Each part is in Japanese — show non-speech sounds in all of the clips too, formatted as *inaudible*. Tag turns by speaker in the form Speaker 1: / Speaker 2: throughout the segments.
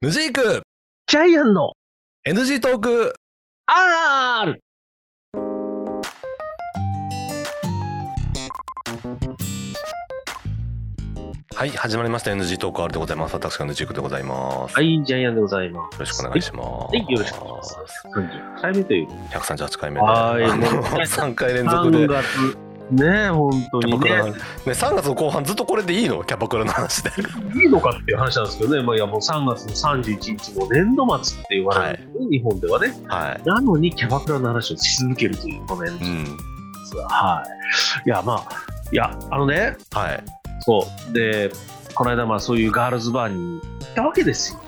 Speaker 1: ヌジーク
Speaker 2: ジャイアンの
Speaker 1: NG トーク
Speaker 2: R!
Speaker 1: はい始まりました NG トーク R でございます私がヌジークでございます、、
Speaker 2: はい
Speaker 1: よ
Speaker 2: い、ジャイアンでございます。
Speaker 1: ろしくお願いします
Speaker 2: はい、よろしくお願いします。30回目という。
Speaker 1: 138回目
Speaker 2: はい
Speaker 1: 3回連続で
Speaker 2: 3月。ねえ、本当
Speaker 1: キャバ
Speaker 2: に
Speaker 1: クラ
Speaker 2: ね
Speaker 1: ね。3月の後半ずっとこれでいいのキャバクラの話で *laughs*
Speaker 2: いいのかっていう話なんですけどね。まあ、いや、もう3月の31日も年度末って言われるんですね、日本ではね。
Speaker 1: はい
Speaker 2: なのにキャバクラの話をし続けるというこのやつ
Speaker 1: うん
Speaker 2: ですが、はい。いや、まあ、いや、あのね、
Speaker 1: はい
Speaker 2: そう。で、この間、まあ、そういうガールズバーに行ったわけですよ。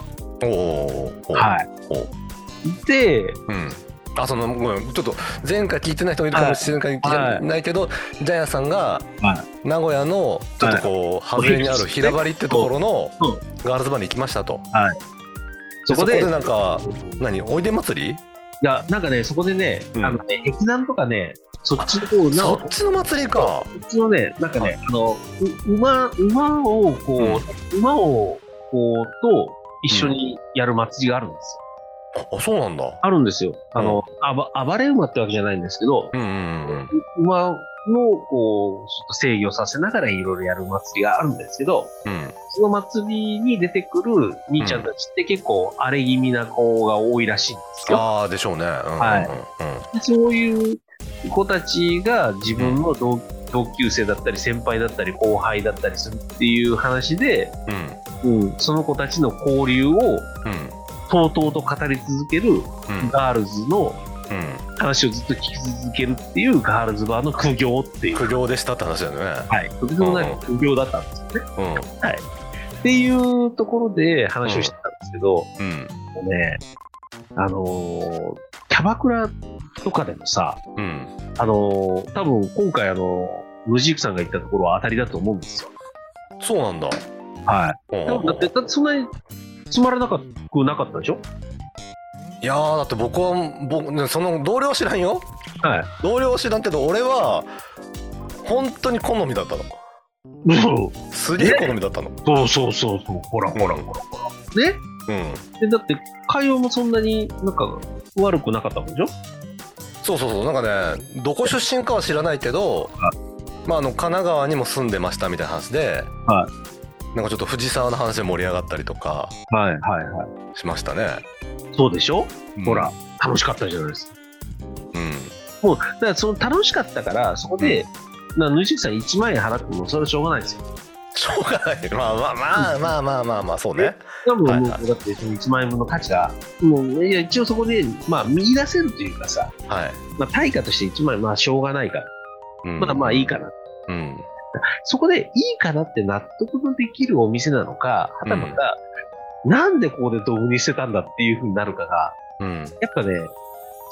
Speaker 1: おーおー
Speaker 2: はい
Speaker 1: お
Speaker 2: い。で、
Speaker 1: うんあそのごめんちょっと前回聞いてない人もいるかもしれない
Speaker 2: はい
Speaker 1: ないけど、ジャイアンさんが
Speaker 2: は
Speaker 1: 名古屋のちょっとこう外れにある平張りってところの
Speaker 2: そう
Speaker 1: ガールズバーに行きましたと
Speaker 2: そこで、
Speaker 1: そこでなんか何おいで祭り
Speaker 2: いや、なんかね、そこでね、
Speaker 1: うん
Speaker 2: あのね、壁南とかね、そっちの方
Speaker 1: そ
Speaker 2: の、
Speaker 1: っちの祭りか
Speaker 2: そっちのね、なんかね、あの、う馬、馬をこう、馬をこう、と一緒にやる祭りがあるんですよ。
Speaker 1: あそうなんだ
Speaker 2: あるんですよ。あの、あば暴れ馬ってわけじゃないんですけど
Speaker 1: う、んうんうん
Speaker 2: 馬のこう、ちょっと制御させながらいろいろやる祭りがあるんですけど、
Speaker 1: うん
Speaker 2: その祭りに出てくる兄ちゃんたちって結構荒れ気味な子が多いらしいんですよ。
Speaker 1: ああでしょうねうんうんうん
Speaker 2: はい
Speaker 1: うん
Speaker 2: そういう子たちが自分の同,、同級生だったり先輩だったり後輩だったりするっていう話で、
Speaker 1: うん
Speaker 2: うん、その子たちの交流を
Speaker 1: うん
Speaker 2: とうとうと語り続ける
Speaker 1: うん
Speaker 2: ガールズの
Speaker 1: うん
Speaker 2: 話をずっと聞き続けるっていうガールズバーの苦行っていう。
Speaker 1: 苦行でしたって話だよね
Speaker 2: はい、とてつもない苦行だったんですよね。
Speaker 1: うん
Speaker 2: っていうところで話をしてたんですけど、
Speaker 1: うん
Speaker 2: もうね、あのーキャバクラとかでもさ、
Speaker 1: うん
Speaker 2: あのー多分今回あのー、ムジークさんが言ったところは当たりだと思うんですよ。
Speaker 1: そうなんだ
Speaker 2: はい。
Speaker 1: うん
Speaker 2: だって、だってそんなにつまらなくなかったでしょ
Speaker 1: いやーだって僕は僕ねその同僚知らんよ
Speaker 2: はい。
Speaker 1: 同僚知らんけど俺は本当に好みだったのすげえ好みだったの
Speaker 2: そうそうそうそう。ほらほらほらほら。ね
Speaker 1: うん
Speaker 2: で、だって会話もそんなになんか悪くなかったもんでしょ
Speaker 1: そうそうそうなんかねどこ出身かは知らないけど
Speaker 2: は、
Speaker 1: まあ、あの神奈川にも住んでましたみたいな話で、
Speaker 2: は
Speaker 1: なんかちょっと藤沢の話で盛り上がったりとか
Speaker 2: はいはいはい。
Speaker 1: しましたね、
Speaker 2: そうでしょ、
Speaker 1: うん
Speaker 2: ほら、楽しかったじゃないですか。
Speaker 1: うん
Speaker 2: もう、だからその楽しかったから、そこで、なヌジークさん1万円払ってもそれはしょうがないですよ。
Speaker 1: しょうがないまあまあまあまあまあまあまあそうね
Speaker 2: 多分もう、
Speaker 1: はいは
Speaker 2: だってその1万円分の価値が、もう、いや、一応そこで、まあ、見出せるというかさ、
Speaker 1: はい、
Speaker 2: まあ、対価として1万円、まあ、しょうがないから、
Speaker 1: うん
Speaker 2: まだまあいいかな。
Speaker 1: うん
Speaker 2: そこで、いいかなって納得のできるお店なのか、はたまた、なんでここでドブに捨てたんだっていうふうになるかが、
Speaker 1: うん
Speaker 2: やっぱね、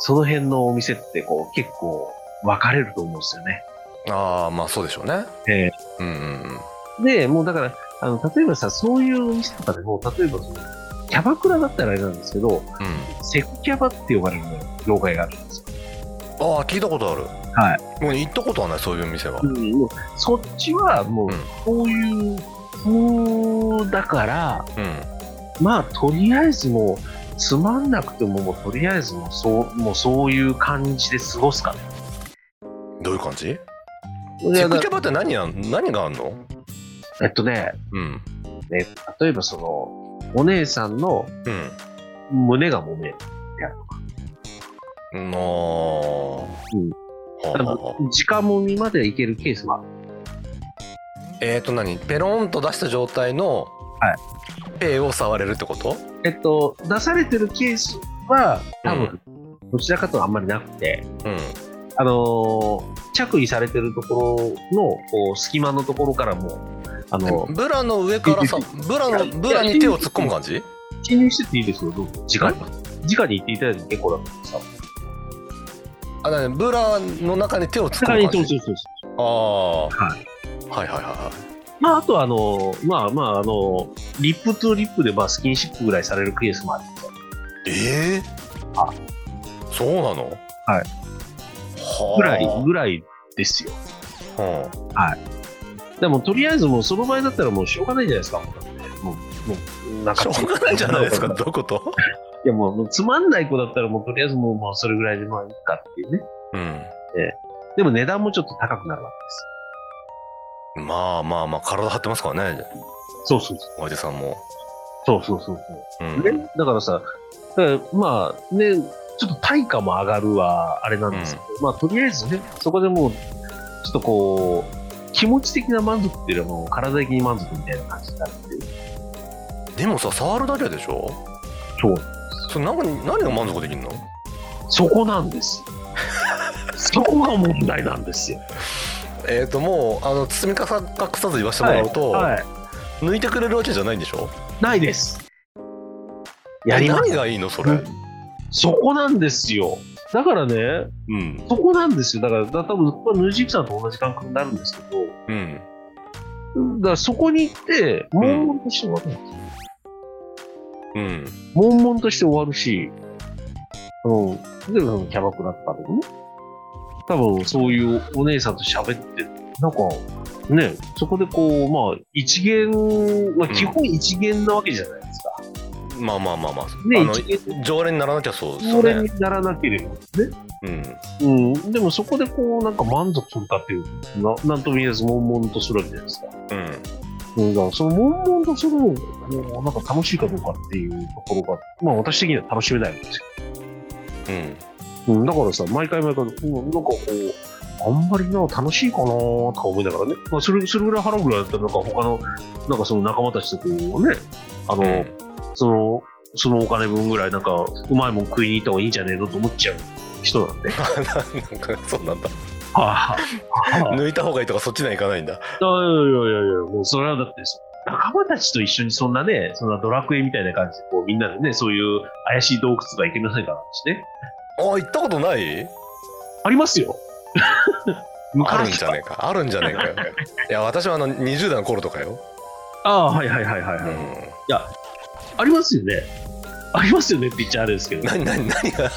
Speaker 2: その辺のお店って、こう、結構、分かれると思うんですよね。
Speaker 1: ああまあそうでしょうね
Speaker 2: ええ
Speaker 1: うんうんうん
Speaker 2: で、もうだから、あの、例えばさ、そういうお店とかでも、例えばその、キャバクラだったらあれなんですけど、セクキャバって呼ばれる業界があるんですよ。
Speaker 1: うんああ聞いたことある
Speaker 2: はい
Speaker 1: もう行ったことはないそういう店は
Speaker 2: うん、もうそっちはもう
Speaker 1: うん、
Speaker 2: こういう風だから、
Speaker 1: うん
Speaker 2: まあ、とりあえずもう、つまんなくても、もうとりあえずもうそう、もうそういう感じで過ごすかね。
Speaker 1: どういう感じ
Speaker 2: い
Speaker 1: チ
Speaker 2: や
Speaker 1: ェック
Speaker 2: だ
Speaker 1: キャバって何やん何があんの
Speaker 2: えっとね、
Speaker 1: うん
Speaker 2: ね、例えばその、お姉さんの
Speaker 1: うん
Speaker 2: 胸が揉める。
Speaker 1: うんあー
Speaker 2: うん
Speaker 1: はあはあはあ
Speaker 2: 直揉みまでいけるケースもある。
Speaker 1: えーと何ペロンと出した状態の
Speaker 2: は
Speaker 1: ペーを触れるってこと
Speaker 2: えっと、出されてるケースは、多
Speaker 1: う
Speaker 2: 分、どちらかとはあんまりなくて、
Speaker 1: うん
Speaker 2: あのー着衣されてるところの、こう、隙間のところからもう、あのー、
Speaker 1: ブラの上からさブラの
Speaker 2: いや
Speaker 1: ブラに手を突っ込む感じ
Speaker 2: 記入してていいですよ、どうぞ。直に。直に言っていただいて結構だと思うんですよ
Speaker 1: あ何ブラの中に手を突っ込む感じ
Speaker 2: そ
Speaker 1: あ
Speaker 2: う
Speaker 1: あ、
Speaker 2: は
Speaker 1: はい、はいはいは
Speaker 2: まあ、あとはあのーまあまあ、あのーリップとリップで、まあ、スキンシップぐらいされるケースもある。
Speaker 1: いええ
Speaker 2: あ
Speaker 1: そうなの
Speaker 2: はい
Speaker 1: はあ
Speaker 2: ぐらい、ぐらいですよ。
Speaker 1: う
Speaker 2: でも、とりあえずもう、その場合だったらもうしょうがないじゃないですか、もうだってもう、もう、な
Speaker 1: し
Speaker 2: か
Speaker 1: ょ
Speaker 2: った。
Speaker 1: うがないじゃないですか、どこと。
Speaker 2: いやもう、もうつまんない子だったら、もうとりあえずもう、もうそれぐらいでまあいいかっていうね。
Speaker 1: うん。
Speaker 2: でも値段もちょっと高くなるわけです。
Speaker 1: まあまあまあ、体張ってますからね、
Speaker 2: そうそうそう。
Speaker 1: おじさんも。
Speaker 2: そうそうそうそう。
Speaker 1: うん。
Speaker 2: ね、だからさ、だからまあね、ちょっと対価も上がるはあれなんですけど、まあとりあえずね、そこでもう、ちょっとこう、気持ち的な満足っていうよりはもう体的に満足みたいな感じになるっていう。
Speaker 1: でもさ、触るだけでしょ
Speaker 2: そう。
Speaker 1: それ何何が満足できるの
Speaker 2: そこなんです。そこが問題なんですよ。
Speaker 1: えっ、と、もう、あの、包み隠さず言わせてもらうと、
Speaker 2: はい。
Speaker 1: 抜いてくれるわけじゃないんでしょ
Speaker 2: ないです。やりま
Speaker 1: 何
Speaker 2: す。
Speaker 1: がいいのそれ。
Speaker 2: そこなんですよ。だからね、
Speaker 1: うん。
Speaker 2: そこなんですよ。だから、だ多分ここはヌージープさんと同じ感覚になるんですけど、
Speaker 1: うん。
Speaker 2: だからそこに行って、悶々として終わるんですよ、
Speaker 1: うん。
Speaker 2: 悶々として終わるし、うん。例えばそのキャバクラとかでもね、多分そういうお姉さんと喋って、なんか、ね、そこでこう、まあ、一元、まあ、
Speaker 1: うん
Speaker 2: 基本一元なわけじゃないですか。
Speaker 1: まあまあまあまあ。
Speaker 2: ね、
Speaker 1: あの
Speaker 2: 一、元
Speaker 1: 常連にならなきゃそうです
Speaker 2: そ
Speaker 1: よ
Speaker 2: れ
Speaker 1: ね。
Speaker 2: にならなければね。
Speaker 1: うん。
Speaker 2: うん。でもそこでこう、なんか満足するかっていう、ななんとも言えず、悶々とするわけじゃないですか。
Speaker 1: うん。
Speaker 2: うん、だからその悶々とそのこうなんか楽しいかどうかっていうところが、まあ私的には楽しめないんですよ。
Speaker 1: うん。
Speaker 2: うん、だからさ、毎回毎回、うんなんかこう、あんまりな、楽しいかなとか思いながらね、まあ、それそれぐらい払うぐらいだったら、なんか他の、なんかその仲間たちとこうね、あの、
Speaker 1: うん *laughs*
Speaker 2: その、そのお金分ぐらい、なんか、うまいもん食いに行った方がいいんじゃねえのと思っちゃう人なんで。
Speaker 1: なんかそうなんだ
Speaker 2: はあ
Speaker 1: 抜いた方がいいとかそっちにはいかないんだ
Speaker 2: いやいやいやいや、もうそれはだって、仲間たちと一緒にそんなね、そんなドラクエみたいな感じで、こうみんなでね、そういう怪しい洞窟とか行けませんからしね。
Speaker 1: あ行ったことない
Speaker 2: ありま
Speaker 1: *laughs*
Speaker 2: すよ。
Speaker 1: あるんじゃ
Speaker 2: い
Speaker 1: ねえかあるんじゃねえかよいや私はあの20代の頃とかよ、
Speaker 2: ああ、はいはいはいはい、
Speaker 1: う
Speaker 2: はい
Speaker 1: ん、
Speaker 2: ありますよね。ありますよねって言っちゃあれですけど。いや、
Speaker 1: 何何何が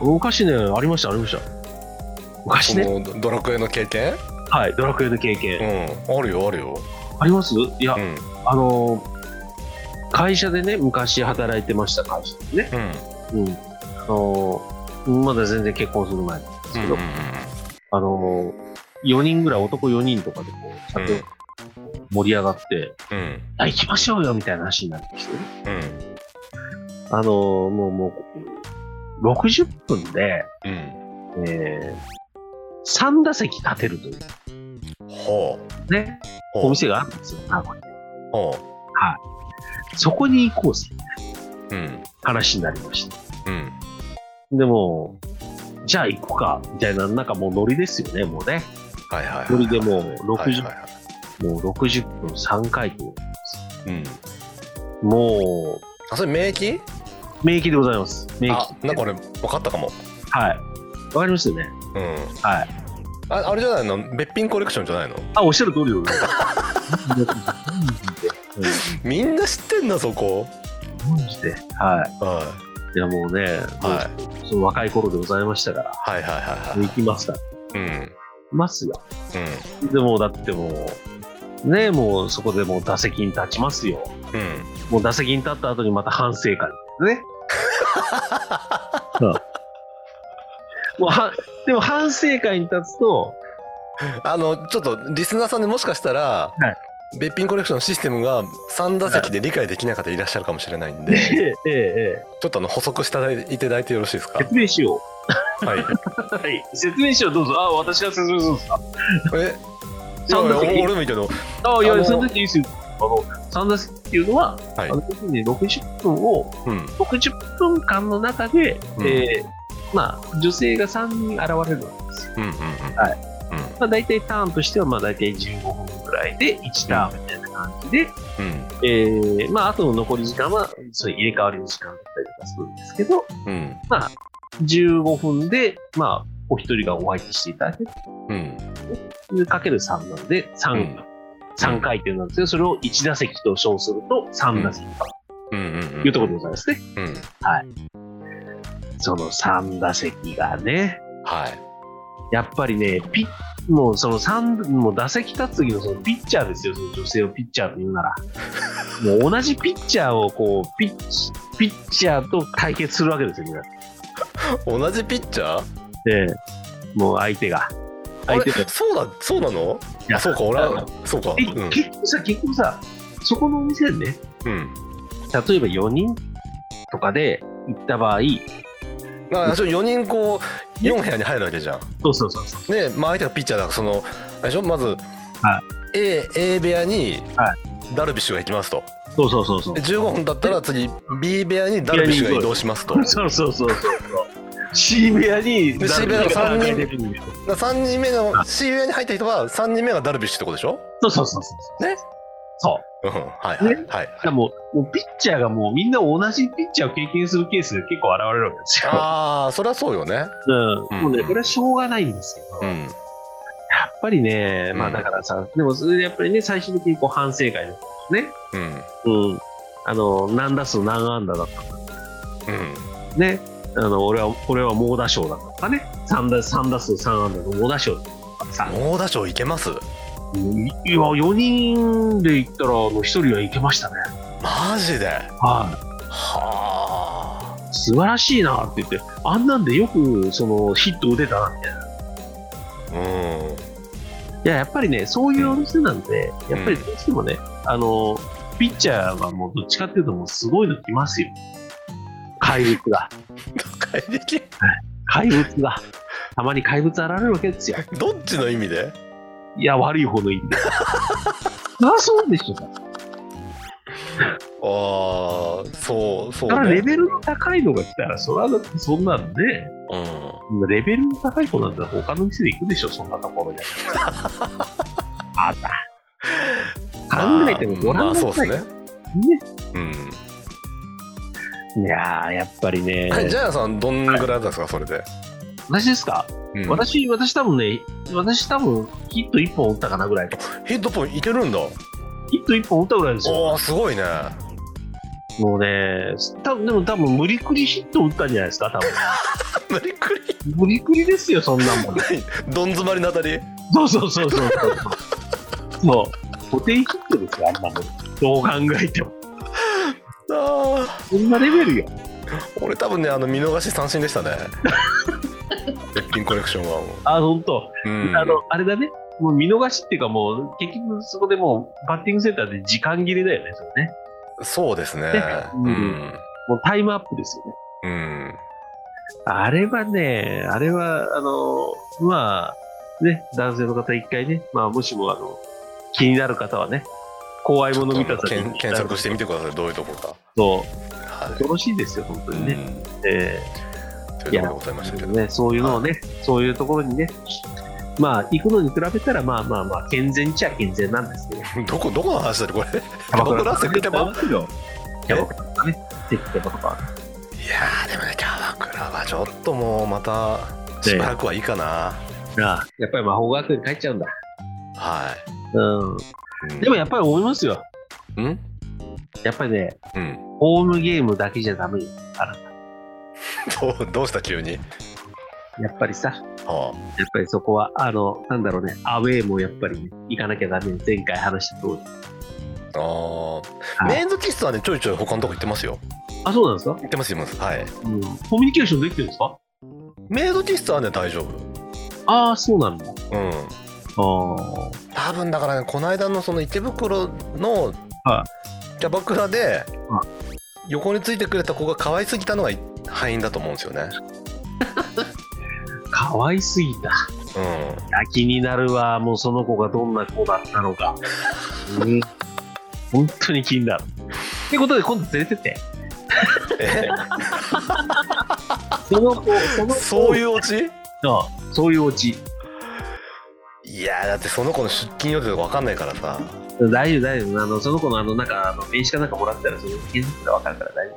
Speaker 2: 昔ね、ありました、ありました。昔
Speaker 1: そ
Speaker 2: ね、
Speaker 1: のドドラクエの経験
Speaker 2: はい、ドラクエの経験。
Speaker 1: うんあるよあるよ
Speaker 2: ありますいや、
Speaker 1: うん
Speaker 2: あのー会社でね、昔働いてました会社でね。
Speaker 1: うん
Speaker 2: うん。あのーまだ全然結婚する前なんです
Speaker 1: う
Speaker 2: け
Speaker 1: ん
Speaker 2: ど、
Speaker 1: うん
Speaker 2: あのー、4人ぐらい、男4人とかでこう、ちゃんと盛り上がって、
Speaker 1: うん
Speaker 2: あ、行きましょうよみたいな話になってきてね。
Speaker 1: うん
Speaker 2: あのーもう、もう、60分で、
Speaker 1: うん
Speaker 2: えー、3打席立てるという
Speaker 1: ほ
Speaker 2: ね、
Speaker 1: う
Speaker 2: お
Speaker 1: ほう
Speaker 2: 店があるんですよ、名古屋に
Speaker 1: ほ
Speaker 2: そこに行こうぜ、
Speaker 1: ううん
Speaker 2: 話になりました。
Speaker 1: うん
Speaker 2: でも、じゃあ行こうか、みたいな、なんかもうノリですよね、もうね。
Speaker 1: はいはいはい
Speaker 2: ノリでもう
Speaker 1: はい
Speaker 2: 60、
Speaker 1: はいはい
Speaker 2: もう60分3回と。
Speaker 1: うん
Speaker 2: も
Speaker 1: あそれ免疫
Speaker 2: う、免疫でございます。免疫。
Speaker 1: あなんか俺分かったかも
Speaker 2: はい。わかりますよね。
Speaker 1: うん
Speaker 2: はい。
Speaker 1: ああれじゃないのべっぴんコレクションじゃないの
Speaker 2: あ、おっしゃる通りでございます
Speaker 1: *laughs* みんな知ってんだそこ
Speaker 2: うん。マジで。はい。
Speaker 1: はい
Speaker 2: や、もうね、
Speaker 1: いはい
Speaker 2: もうその若い頃でございましたから、
Speaker 1: はいはいはいは
Speaker 2: 行きますから。
Speaker 1: いうん
Speaker 2: 行きますよ。
Speaker 1: うん
Speaker 2: でもだってもう、ねもうそこでもう打席に立ちますよ。
Speaker 1: うん
Speaker 2: もう打席に立った後にまた反省会
Speaker 1: *laughs*
Speaker 2: ね。うんもうはでも反省会に立つと、
Speaker 1: あのちょっとリスナーさんでもしかしたら、
Speaker 2: は
Speaker 1: べっぴんコレクションのシステムが3打席で理解できない方いらっしゃるかもしれないん
Speaker 2: え
Speaker 1: で、
Speaker 2: えええ
Speaker 1: ちょっとあの補足していただいていただいてよろしいですか
Speaker 2: え説明しよ
Speaker 1: はい。
Speaker 2: う。はい、説明しよう、どうぞ。あ、私が説明するんですか。
Speaker 1: えいや
Speaker 2: 三打
Speaker 1: 俺
Speaker 2: 席。
Speaker 1: 俺もいいけど、
Speaker 2: あ、い
Speaker 1: あ
Speaker 2: や、
Speaker 1: の
Speaker 2: その時いいですよ。あの、三打席っていうのは、
Speaker 1: はい
Speaker 2: あの要するに60分を、
Speaker 1: うん、
Speaker 2: 60分間の中で、
Speaker 1: うん
Speaker 2: えーまあ、女性が3人現れるわけですよ。
Speaker 1: うんうんうん
Speaker 2: はいまあ、大体ターンとしては、まあ、大体15分ぐらいで1ターンみたいな感じで、
Speaker 1: うん
Speaker 2: えーまあ、あとの残り時間は、そういう入れ替わりの時間だったりとかするんですけど、
Speaker 1: うん
Speaker 2: 15分で、まあ、お一人がお相手していただけ
Speaker 1: うん
Speaker 2: る、かける3なんで、
Speaker 1: う
Speaker 2: 3
Speaker 1: ん、
Speaker 2: 三回転なんですけど、それを1打席と称すると3打席と
Speaker 1: うんうん
Speaker 2: いうところでございますね。
Speaker 1: うん
Speaker 2: その3打席がね、
Speaker 1: はい
Speaker 2: やっぱりね、ピッ、
Speaker 1: *laughs*
Speaker 2: もうその三もう打席立つ時のそのピッチャーですよ、その女性をピッチャーと言うなら。もう同じピッチャーをこうピッチ、ピッチャーと対決するわけですよ、みんな。
Speaker 1: 同じピッチャー
Speaker 2: ええもう相手が。
Speaker 1: あ
Speaker 2: 相手
Speaker 1: れ
Speaker 2: が。
Speaker 1: そうだそうなの
Speaker 2: いや
Speaker 1: あそうか俺
Speaker 2: あ
Speaker 1: はそうか
Speaker 2: え
Speaker 1: うん
Speaker 2: 結局さ、結局さ、そこのお店でね、
Speaker 1: うん
Speaker 2: 例えば4人とかで行った場合、
Speaker 1: だから4人こう4部屋に入るわけじゃん
Speaker 2: そうそうそうそう。
Speaker 1: で、まあ、相手がピッチャーだからそのあれでしょまず、
Speaker 2: は
Speaker 1: A, A 部屋に
Speaker 2: は
Speaker 1: ダルビッシュが行きますと
Speaker 2: そうそうそうそう
Speaker 1: で。15分だったら次 B 部屋にダルビッシュが移動しますと
Speaker 2: そうそうそうそう。C 部屋に、
Speaker 1: で C 部屋が三人
Speaker 2: 出てくるんだよ
Speaker 1: だから3人目の C 部屋に入った人は3人目がダルビッシュってことでしょ
Speaker 2: そうそうそうそう。
Speaker 1: ね。
Speaker 2: そう。
Speaker 1: うんはいはい
Speaker 2: ね
Speaker 1: はい
Speaker 2: でもう、もうピッチャーがもうみんな同じピッチャーを経験するケースが結構現れるわけですよ。
Speaker 1: ああそれはそうよね
Speaker 2: うん。もうね、
Speaker 1: うん
Speaker 2: これはしょうがないんですけど、
Speaker 1: う
Speaker 2: やっ
Speaker 1: ん
Speaker 2: ぱりね、まあ
Speaker 1: うん
Speaker 2: だからさ、でもそれでやっぱりね、最終的にこう反省会のね、
Speaker 1: うん
Speaker 2: うん。あの、何打数何安打だった
Speaker 1: うん
Speaker 2: ね。あの、俺は、俺は猛打賞だったとかね。3打三打数3安打の猛打賞だったとかさ。
Speaker 1: 猛打賞いけます
Speaker 2: いや、4人で行ったら、あの、1人はいけましたね。
Speaker 1: マジで
Speaker 2: はい。
Speaker 1: はあ
Speaker 2: 素晴らしいなって言って、あんなんでよくそのヒット打てたなみたいな。
Speaker 1: うん *laughs*
Speaker 2: いや、やっぱりね、そういうお店なんで、やっぱりどうしてもね、あの、ピッチャーはもうどっちかっていうともうすごいの来ますよ。怪物が。
Speaker 1: 怪力
Speaker 2: 怪物が。たまに怪物現れるわけですよ。
Speaker 1: どっちの意味で
Speaker 2: いや、悪い方のいいん *laughs* だよ。そりゃそうでしょ。だ
Speaker 1: ああそうそう、ね、
Speaker 2: からレベルの高いのが来たら、それはだってそんなんで、
Speaker 1: うん
Speaker 2: レベルの高い子なんて他の店で行くでしょ、そんなところで。あんた。考えてもご
Speaker 1: ま
Speaker 2: 覧
Speaker 1: あ
Speaker 2: な
Speaker 1: そう
Speaker 2: さ
Speaker 1: で
Speaker 2: い、
Speaker 1: すね
Speaker 2: ね
Speaker 1: うん
Speaker 2: いやー、やっぱりね。
Speaker 1: えジャイアンさんどんぐらいだったんですかそれで、
Speaker 2: 私ですか、
Speaker 1: うん
Speaker 2: 私、私多分ね、私多分ヒット1本打ったかなぐらい。
Speaker 1: ヒットポイントいけるんだ
Speaker 2: ヒット1本打ったぐらいですよ。
Speaker 1: おーすごいね *laughs*
Speaker 2: もうね、多分でも多分無理くりヒット打ったんじゃないですか、多分。
Speaker 1: 無理くり
Speaker 2: 無理くりですよ、そんなもん。
Speaker 1: どん詰まりの当たり
Speaker 2: そうそうそうそうそう。そう。固定ヒットですよ、あんなもん。どう考えても。
Speaker 1: あ
Speaker 2: そんなレベルよ。
Speaker 1: ー俺多分ねあの見逃し三振でした
Speaker 2: *laughs*
Speaker 1: ね絶品コレクションはも
Speaker 2: あ、ほんと。
Speaker 1: う、うん、
Speaker 2: あの、あれだね。もう見逃しっていうかもう、結局そこでもう、バッティングセンターで時間切れだよね、それね。
Speaker 1: そうです
Speaker 2: *laughs*
Speaker 1: ね
Speaker 2: ね
Speaker 1: う
Speaker 2: うん
Speaker 1: ん
Speaker 2: もうタイムアップですよね。
Speaker 1: うん
Speaker 2: あれはね、あれは、あの、まあ、ね、男性の方一回ね、まあ、もしも、あの、気になる方はね、怖いもの見たさ
Speaker 1: 検検索して
Speaker 2: み
Speaker 1: みてくださいどういうとこか
Speaker 2: と、
Speaker 1: は
Speaker 2: 恐ろしいですよ、本当
Speaker 1: い、
Speaker 2: にね。
Speaker 1: うん
Speaker 2: え
Speaker 1: というところでございましたけ
Speaker 2: ー
Speaker 1: ど、
Speaker 2: ねそういうのをね、そういうところにね、まあ、行くのに比べたら、まあまあまあ、健全っちゃ健全なんですけど、
Speaker 1: どこどこの話だってこれタバコの汗かいたば
Speaker 2: キャバクラとかね、テキタバとか。
Speaker 1: いやーでもねキャバクラはちょっともうまたしばらくはいいかな、
Speaker 2: ああやっぱり魔法学園帰っちゃうんだ。
Speaker 1: は
Speaker 2: うん。
Speaker 1: い、うん
Speaker 2: でもやっぱり思いますよ。
Speaker 1: うん
Speaker 2: やっぱりね、
Speaker 1: うん
Speaker 2: ホームゲームだけじゃダメよ。あら
Speaker 1: どうどうした急に、
Speaker 2: やっぱりさ、やっ
Speaker 1: は
Speaker 2: ぱりそこは、あの、なんだろうね、アウェーもやっぱりね、行かなきゃダメよ。前回話した通り。
Speaker 1: あ、あ
Speaker 2: は
Speaker 1: ー
Speaker 2: い
Speaker 1: メンズ喫茶はねちょいちょい他のとこ行ってますよ
Speaker 2: あ、そうなんですか
Speaker 1: 行ってます行ってますはい
Speaker 2: うん。コミュニケーションできてるんですか
Speaker 1: メイド喫茶はね大丈夫
Speaker 2: ああ、そうなんだ。あ
Speaker 1: うん
Speaker 2: あ。
Speaker 1: 多分だからねこの間のその池袋の
Speaker 2: は
Speaker 1: キャバクラで
Speaker 2: は
Speaker 1: 横についてくれた子が可愛すぎたのが敗因だと思うんですよね
Speaker 2: かわいすぎた。 *laughs*
Speaker 1: う
Speaker 2: いや気になるわ。もうその子がどんな子だったのか。うん。本当に気になる。ってことで、今度連れてって。
Speaker 1: んえ
Speaker 2: その子、その子
Speaker 1: そういうオチ
Speaker 2: あそういうオチ。
Speaker 1: いやーだってその子の出勤予定とか分かんないからさ
Speaker 2: 大丈夫、大丈夫。あの、その子のあの、なんか、あの、名刺かなんかもらったら、それ、気づくから分かるから大丈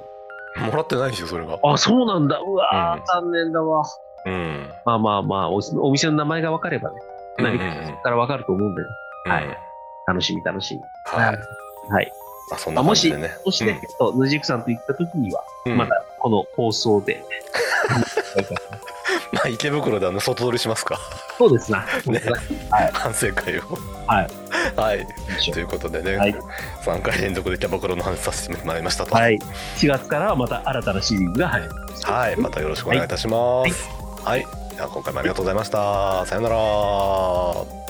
Speaker 1: もらってないんですよそれが
Speaker 2: 夫。あ、そうなんだ。うわー、
Speaker 1: うん
Speaker 2: 残念だわ。
Speaker 1: うん
Speaker 2: まあまあまあお、お店の名前が分かればね、何
Speaker 1: うんうんうん
Speaker 2: かから分かると思うんで、ね、
Speaker 1: は
Speaker 2: はいい、楽しみ、楽しみ。
Speaker 1: はい
Speaker 2: はい。
Speaker 1: まあ、そんな感じでね
Speaker 2: そして、えっとヌジクさんと行った時には、
Speaker 1: うんうん
Speaker 2: また、この放送で。
Speaker 1: まあ、池袋であの外撮りしますか *laughs*
Speaker 2: そうですな。
Speaker 1: ね
Speaker 2: そうですな
Speaker 1: 反省会を
Speaker 2: はい
Speaker 1: はいということでね、
Speaker 2: はい
Speaker 1: 3回連続でキャバクラの話させてもらいましたと
Speaker 2: はい。4月からはまた新たなシリーズが入ります。
Speaker 1: はいまたよろしくお願いいたしますはい、では今回もありがとうございました、さようなら